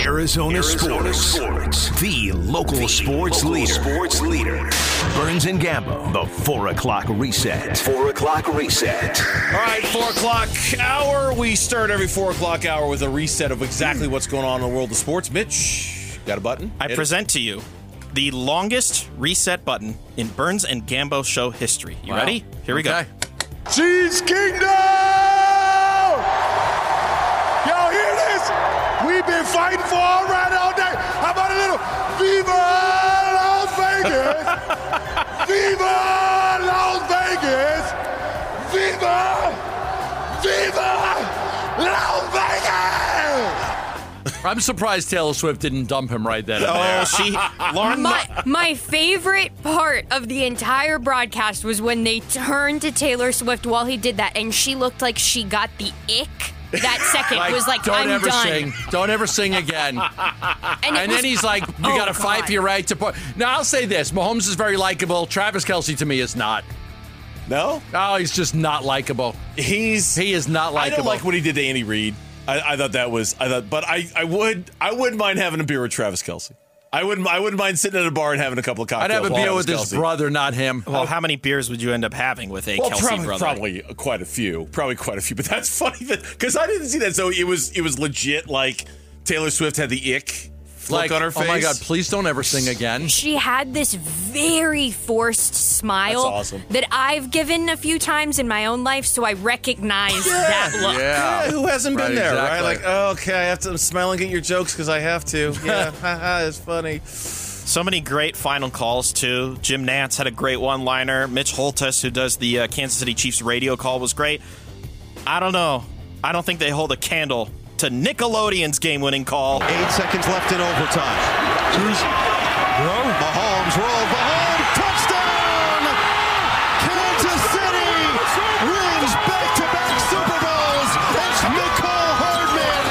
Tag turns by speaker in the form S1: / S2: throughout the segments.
S1: Arizona, sports. The local, sports,
S2: local
S1: leader.
S2: sports leader.
S1: Burns and Gambo. The 4 o'clock reset.
S2: Four o'clock reset.
S3: All right, four o'clock hour. We start every four o'clock hour with a reset of exactly what's going on in the world of sports. Mitch, got a button?
S4: I
S3: Hit it.
S4: present to you the longest reset button in Burns and Gambo show history. You ready? Here we go.
S5: Cheese Kingdom! Y'all hear this? We've been fighting for all right all day. How about a little Viva Las Vegas? Viva Las Vegas! Viva! Viva Las Vegas!
S6: I'm surprised Taylor Swift didn't dump him right then. and
S4: Oh,
S6: there.
S4: she Lauren.
S7: My, my favorite part of the entire broadcast was when they turned to Taylor Swift while he did that, and she looked like she got the ick. That second
S6: Like,
S7: was like,
S6: don't
S7: I'm
S6: ever
S7: done.
S6: sing. Don't ever sing again.
S7: And, it
S6: And
S7: was-
S6: then he's like, "You
S7: Oh,
S6: got to fight
S7: God.
S6: for your right to play." Now I'll say this: Mahomes is very likable. Travis Kelsey to me is not.
S3: No?
S6: Oh, he's just not likable.
S3: He's.
S6: He is not
S3: I
S6: likable.
S3: don't like what he did to Andy Reid. I, I thought that was. I thought, but I, I would. I wouldn't mind having a beer with Travis Kelsey. I wouldn't. I wouldn't mind sitting at a bar and having a couple of
S6: I'd
S3: cocktails.
S6: have a
S3: while
S6: beer
S3: Travis
S6: with his
S3: Kelce.
S6: brother, not him.
S4: Well, how many beers would you end up having with a
S3: Well,
S4: Kelsey
S3: probably,
S4: brother?
S3: probably quite a few. Probably quite a few. But that's funny because I didn't see that. So it was. It was legit. Like Taylor Swift had the ick
S6: like,
S3: look on her face.
S6: oh my god, please don't ever sing again.
S7: she had this very forced smile
S3: That's awesome.
S7: that I've given a few times in my own life, so I recognize that look.
S3: Yeah, who hasn't
S6: Right,
S3: been there, right?
S6: exactly.
S3: Like, oh, okay, I have to. I'm smiling at your jokes because I have to. Yeah, haha, it's funny.
S4: So many great final calls too. Jim Nance had a great one-liner. Mitch Holtus, who does the uh, Kansas City Chiefs radio call, was great. I don't know. I don't think they hold a candle to Nickelodeon's game-winning call.
S8: Eight seconds left in overtime. Mahomes rolls. Mahomes touchdown. Kansas City wins back-to-back Super Bowls. It's Nicole Hardman.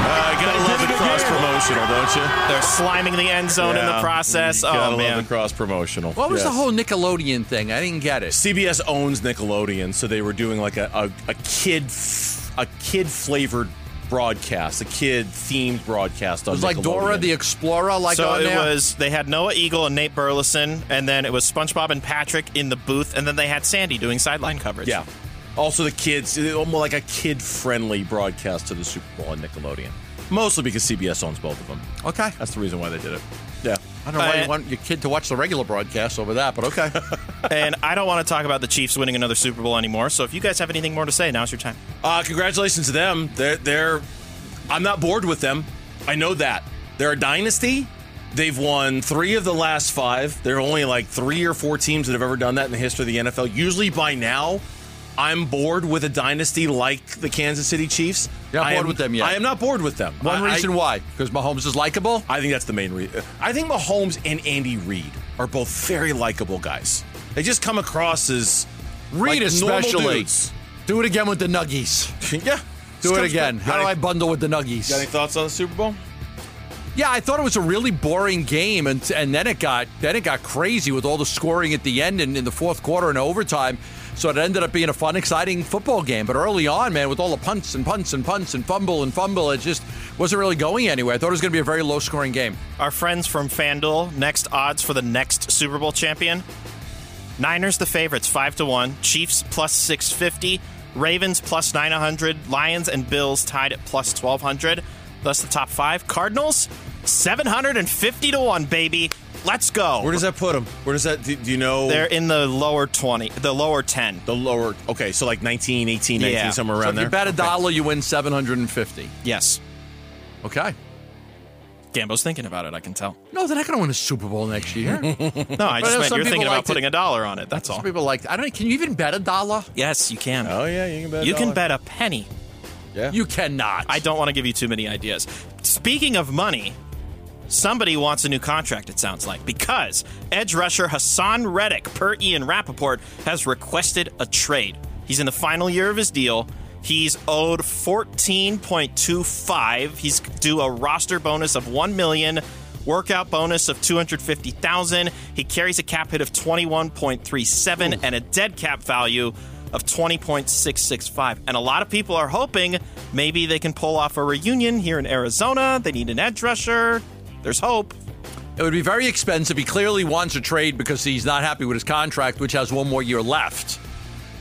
S3: I
S4: Uh,
S3: gotta love the cross promotional, don't you?
S4: They're sliming the end zone in the process.
S3: You gotta
S4: Oh
S3: love
S4: man,
S3: the cross promotional.
S6: What was the whole Nickelodeon thing? I didn't get it.
S3: CBS owns Nickelodeon, so they were doing like a a, a kid f- a kid flavored broadcast, a kid themed broadcast
S6: It
S3: on.
S6: was like Dora
S3: Nickelodeon.
S6: the Explorer. Like
S4: so
S6: on
S4: it
S6: there.
S4: was they had Noah Eagle and Nate Burleson, and then it was SpongeBob and Patrick in the booth, and then they had Sandy doing sideline coverage.
S3: Yeah. Also, the kids, almost like a kid friendly broadcast to the Super Bowl on Nickelodeon. Mostly because CBS owns both of them.
S6: Okay.
S3: That's the reason why they did it. Yeah.
S6: I don't know why
S4: Uh,
S6: you want your kid to watch the regular broadcast over that, but okay.
S4: and I don't want to talk about the Chiefs winning another Super Bowl anymore. So if you guys have anything more to say, now's your time.
S3: Uh, congratulations to them. They're, they're, I'm not bored with them. I know that. They're a dynasty. They've won three of the last five. There are only like three or four teams that have ever done that in the history of the NFL. Usually by now, I'm bored with a dynasty like the Kansas City Chiefs.
S6: You're not
S3: I
S6: bored
S3: am-
S6: with them yet.
S3: I am not bored with them.
S6: One
S3: I- I-
S6: reason why, because Mahomes is likable.
S3: I think that's the main reason. I think Mahomes and Andy Reid are both very likable guys. They just come across as
S6: Reed
S3: like, normal
S6: especially.
S3: dudes.
S6: Do it again with the Nuggies.
S3: yeah.
S6: Do it again. How do I bundle with the
S3: Got any
S6: Nuggies?
S3: thoughts on the Super Bowl?
S6: Yeah, I thought it was a really boring game, and and then it got then it got crazy with all the scoring at the end and in the fourth quarter and overtime. So it ended up being a fun, exciting football game. But early on, man, with all the punts and punts and punts and fumble and fumble, it just wasn't really going anywhere. I thought it was going to be a very low scoring game.
S4: Our friends from FanDuel, next odds for the next Super Bowl champion. Niners the favorites, five to one. Chiefs plus six fifty. Ravens plus nine hundred. Lions and Bills tied at plus twelve hundred. Thus the top five. Cardinals seven hundred and fifty to one, baby. Let's go.
S3: Where does that put them? Where does that? Do, do you know
S4: They're in the lower twenty, the lower ten.
S3: the lower? Okay, so like 19, 18, 19,
S4: Yeah.
S3: somewhere
S6: So
S3: around
S6: if
S3: there.
S6: you bet a
S3: Okay.
S6: dollar, you win seven hundred and fifty.
S4: Yes,
S6: Okay.
S4: Gambo's thinking about it. I can tell.
S6: No, they're not going to win a Super Bowl next year.
S4: No, I
S6: I
S4: just
S6: know
S4: meant
S6: some
S4: you're
S6: people
S4: thinking
S6: like
S4: about
S6: to-
S4: putting a dollar on it. That's all.
S6: Some people like. I don't. Can you even bet a dollar?
S4: Yes, you can.
S3: Oh yeah, you can bet. a
S4: you can
S3: dollar.
S4: bet a penny.
S6: You cannot.
S4: I don't want to give you too many ideas. Speaking of money, somebody wants a new contract, it sounds like, because edge rusher Hassan Reddick, per Ian Rappaport, has requested a trade. He's in the final year of his deal. He's owed 14.25. He's due a roster bonus of 1 million, workout bonus of 250,000. He carries a cap hit of 21.37 and a dead cap value of 20.665. And a lot of people are hoping maybe they can pull off a reunion here in Arizona. They need an edge rusher. There's hope.
S6: It would be very expensive. He clearly wants a trade because he's not happy with his contract, which has one more year left.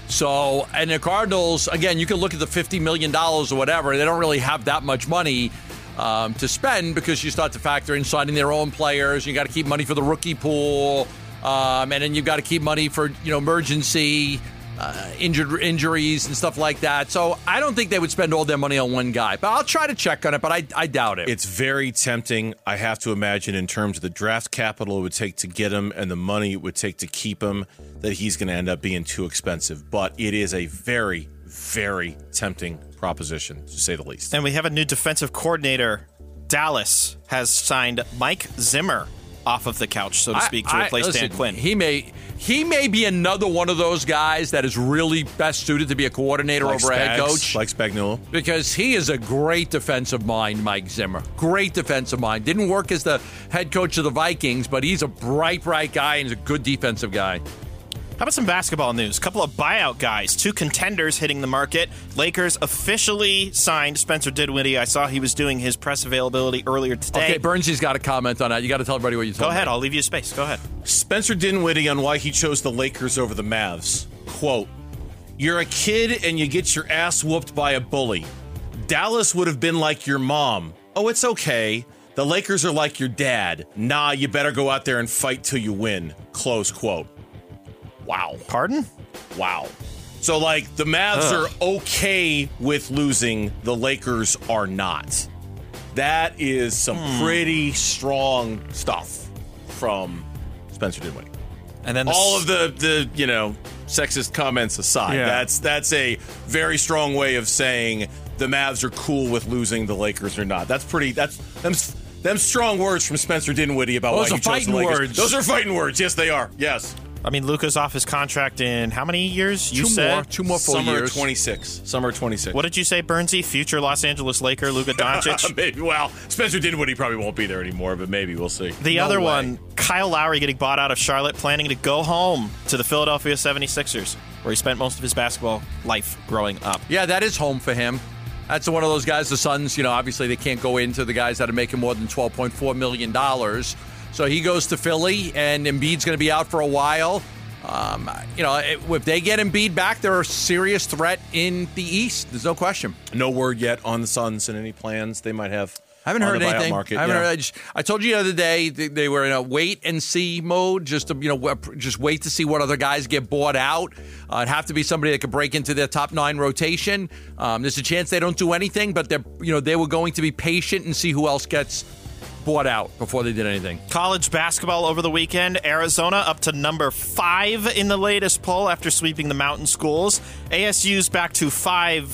S6: So, and the Cardinals, again, you can look at the $50 million or whatever. They don't really have that much money um, to spend because you start to factor in signing their own players. You got to keep money for the rookie pool. Um, and then you've got to keep money for, you know, emergency uh, injured injuries and stuff like that. So I don't think they would spend all their money on one guy. But I'll try to check on it, but I, I doubt it.
S3: It's very tempting, I have to imagine, in terms of the draft capital it would take to get him and the money it would take to keep him, that he's going to end up being too expensive. But it is a very, very tempting proposition, to say the least.
S4: And we have a new defensive coordinator. Dallas has signed Mike Zimmer off of the couch, so to speak, to
S6: I- I-
S4: replace
S6: listen,
S4: Dan Quinn.
S6: He may he may be another one of those guys that is really best suited to be a coordinator
S3: Like
S6: over a head
S3: Spags,
S6: coach
S3: Like Spagnuolo.
S6: because he is a great defensive mind, Mike Zimmer. Great defensive mind. Didn't work as the head coach of the Vikings, but he's a bright, bright guy and he's a good defensive guy.
S4: How about some basketball news? Couple of buyout guys, two contenders hitting the market. Lakers officially signed Spencer Didwitty. I saw he was doing his press availability earlier today.
S6: Okay, Bernsy's got a comment on that. You got to tell everybody what you
S4: Go
S6: told.
S4: ahead, I'll leave you space. Go ahead.
S3: Spencer Dinwiddie on why he chose the Lakers over the Mavs. Quote, You're a kid and you get your ass whooped by a bully. Dallas would have been like your mom. Oh, it's okay. The Lakers are like your dad. Nah, you better go out there and fight till you win. Close quote. Wow.
S4: Pardon?
S3: Wow. So, like, the Mavs are okay with losing, the Lakers are not. That is some
S4: Hmm.
S3: pretty strong stuff from Spencer Dinwiddie
S4: And then the
S3: all of the the you know sexist comments aside
S4: Yeah.
S3: that's that's a very strong way of saying the mavs are cool with losing the lakers or not that's pretty that's them them strong words from spencer dinwiddie about
S6: Those
S3: why
S6: are
S3: he chose the
S6: fighting
S3: lakers
S6: words.
S3: those are fighting words yes they are yes
S4: I mean, Luca's off his contract in how many years? You
S6: Two
S4: said
S6: more, two more full
S3: summer
S6: years.
S3: 26 summer 26
S4: What did you say, Bernsey? Future Los Angeles Laker Luka Doncic.
S3: maybe well spencer dinwiddie probably won't be there anymore but maybe we'll see
S4: The
S3: No
S4: other
S3: way.
S4: one, Kyle Lowry getting bought out of Charlotte, planning to go home to the Philadelphia 76ers, where he spent most of his basketball life growing up.
S6: Yeah, that is home for him. That's one of those guys. The Suns, you know, obviously they can't go into the guys that are making more than twelve point four million dollars. So he goes to Philly, and Embiid's going to be out for a while. Um, you know, if they get Embiid back, they're a serious threat in the East. There's no question.
S3: no word yet on the suns and any plans they might have
S6: I haven't
S3: on
S6: heard
S3: the buyout
S6: anything.
S3: market.
S6: I, haven't
S3: yeah.
S6: heard, I, just- I told you the other day they, they were in a wait and see mode, just to you know, wa- just wait to see what other guys get bought out. Uh, it'd have to be somebody that could break into their top nine rotation. Um, there's a chance they don't do anything, but they're you know they were going to be patient and see who else gets bought out before they did anything.
S4: College basketball over the weekend. Arizona up to number five in the latest poll after sweeping the mountain schools. ASU's back to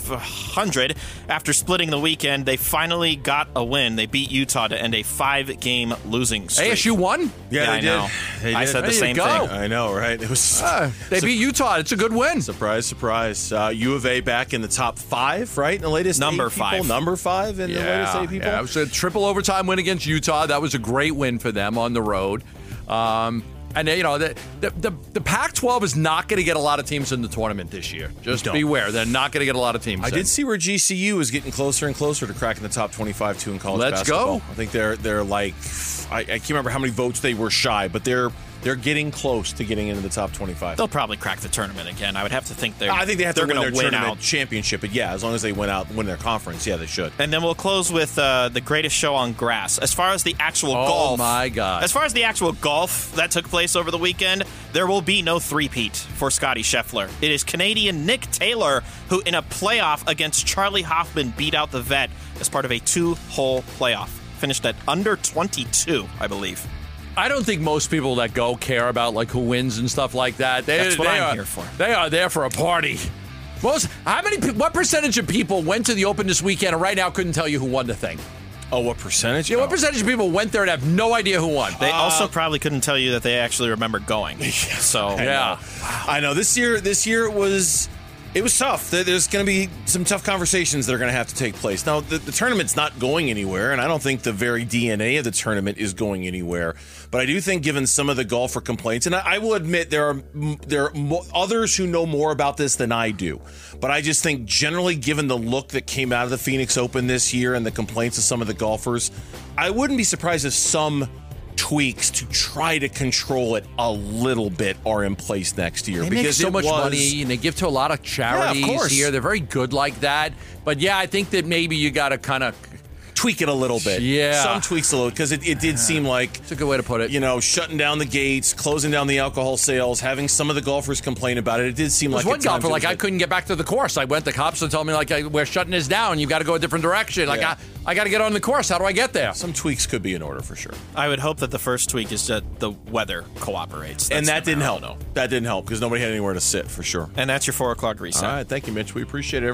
S4: 500 after splitting the weekend. They finally got a win. They beat Utah to end a five game losing streak.
S6: ASU won.
S3: yeah, they
S4: Yeah, I
S3: did.
S4: know.
S3: They
S4: I
S3: did.
S4: said the
S6: There you
S4: same
S6: go.
S4: thing.
S3: I know, right? It was
S6: Uh, they beat Utah. It's a good win.
S3: Surprise, surprise. Uh, U of A back in the top five, right? In the latest
S4: Number
S3: eight people?
S4: five.
S3: Number five in the latest eight people?
S6: Yeah, it was a triple overtime win against Utah. That was a great win for them on the road. Um, and they, you know the the, the, the Pac-12 is not going to get a lot of teams in the tournament this year. Just
S3: No.
S6: beware, they're not going to get a lot of teams.
S3: I
S6: in.
S3: did see where GCU is getting closer and closer to cracking the top 25 too in college
S6: Let's
S3: basketball.
S6: go.
S3: I think they're they're like I, I can't remember how many votes they were shy, but they're they're getting close to getting into the top 25.
S4: They'll probably crack the tournament again. I would have to think they're.
S3: I think they have
S4: they're
S3: to win
S4: gonna
S3: their tournament
S4: out.
S3: championship, but yeah, as long as they win out win their conference, yeah, they should.
S4: And then we'll close with uh, the greatest show on grass. As far as the actual
S6: Oh,
S4: golf,
S6: my God.
S4: As far as the actual golf that took place over the weekend, there will be no three-peat for Scotty Scheffler. It is Canadian Nick Taylor who, in a playoff against Charlie Hoffman, beat out the vet as part of a two-hole playoff. Finished at under 22, I believe.
S6: I don't think most people that go care about like who wins and stuff like that. They,
S4: That's what
S6: they
S4: I'm
S6: are,
S4: here for.
S6: They are there for a party. Most how many? pe- What percentage of people went to the Open this weekend and right now couldn't tell you who won the thing?
S3: Oh, what percentage?
S6: Yeah,
S3: Oh.
S6: what percentage of people went there and have no idea who won?
S4: They also probably couldn't tell you that
S3: Oh,
S4: they actually remember going. So
S6: yeah.
S3: I know this year. This year it was It was tough. There- There's going to be some tough conversations that are going to have to take place. Now, the, the tournament's not going anywhere, and I don't think the very DNA of the tournament is going anywhere. But I do think, given some of the golfer complaints, and I, I will admit there are m- there are mo- others who know more about this than I do, but I just think generally, given the look that came out of the Phoenix Open this year and the complaints of some of the golfers, I wouldn't be surprised if some tweaks to try to control it a little bit are in place next year
S6: They
S3: because
S6: make so
S3: it
S6: much
S3: was-
S6: money and they give to a lot of charities
S3: course.
S6: here. They're very good like that. But yeah, I think that maybe you got to kind of.
S3: tweak it a little bit.
S6: Yeah.
S3: Some tweaks a little because it, it did seem like,
S6: It's a good way to put it.
S3: you know, shutting down the gates, closing down the alcohol sales, having some of the golfers complain about it. It did seem
S6: There's
S3: like
S6: one
S3: at times
S6: golfer
S3: it
S6: like
S3: was
S6: I couldn't get back to the course. I went. The cops and told me like I, we're shutting this down. You got to go a different direction. Like
S3: Yeah.
S6: I, I got to get on the course. How do I get there?
S3: Some tweaks could be in order for sure.
S4: I would hope that the first tweak is that the weather cooperates.
S3: and that
S4: That's
S3: didn't
S4: never-
S3: help. That didn't help because nobody had anywhere to sit for sure.
S4: And that's your four o'clock reset.
S3: All right. Thank you, Mitch. We appreciate it.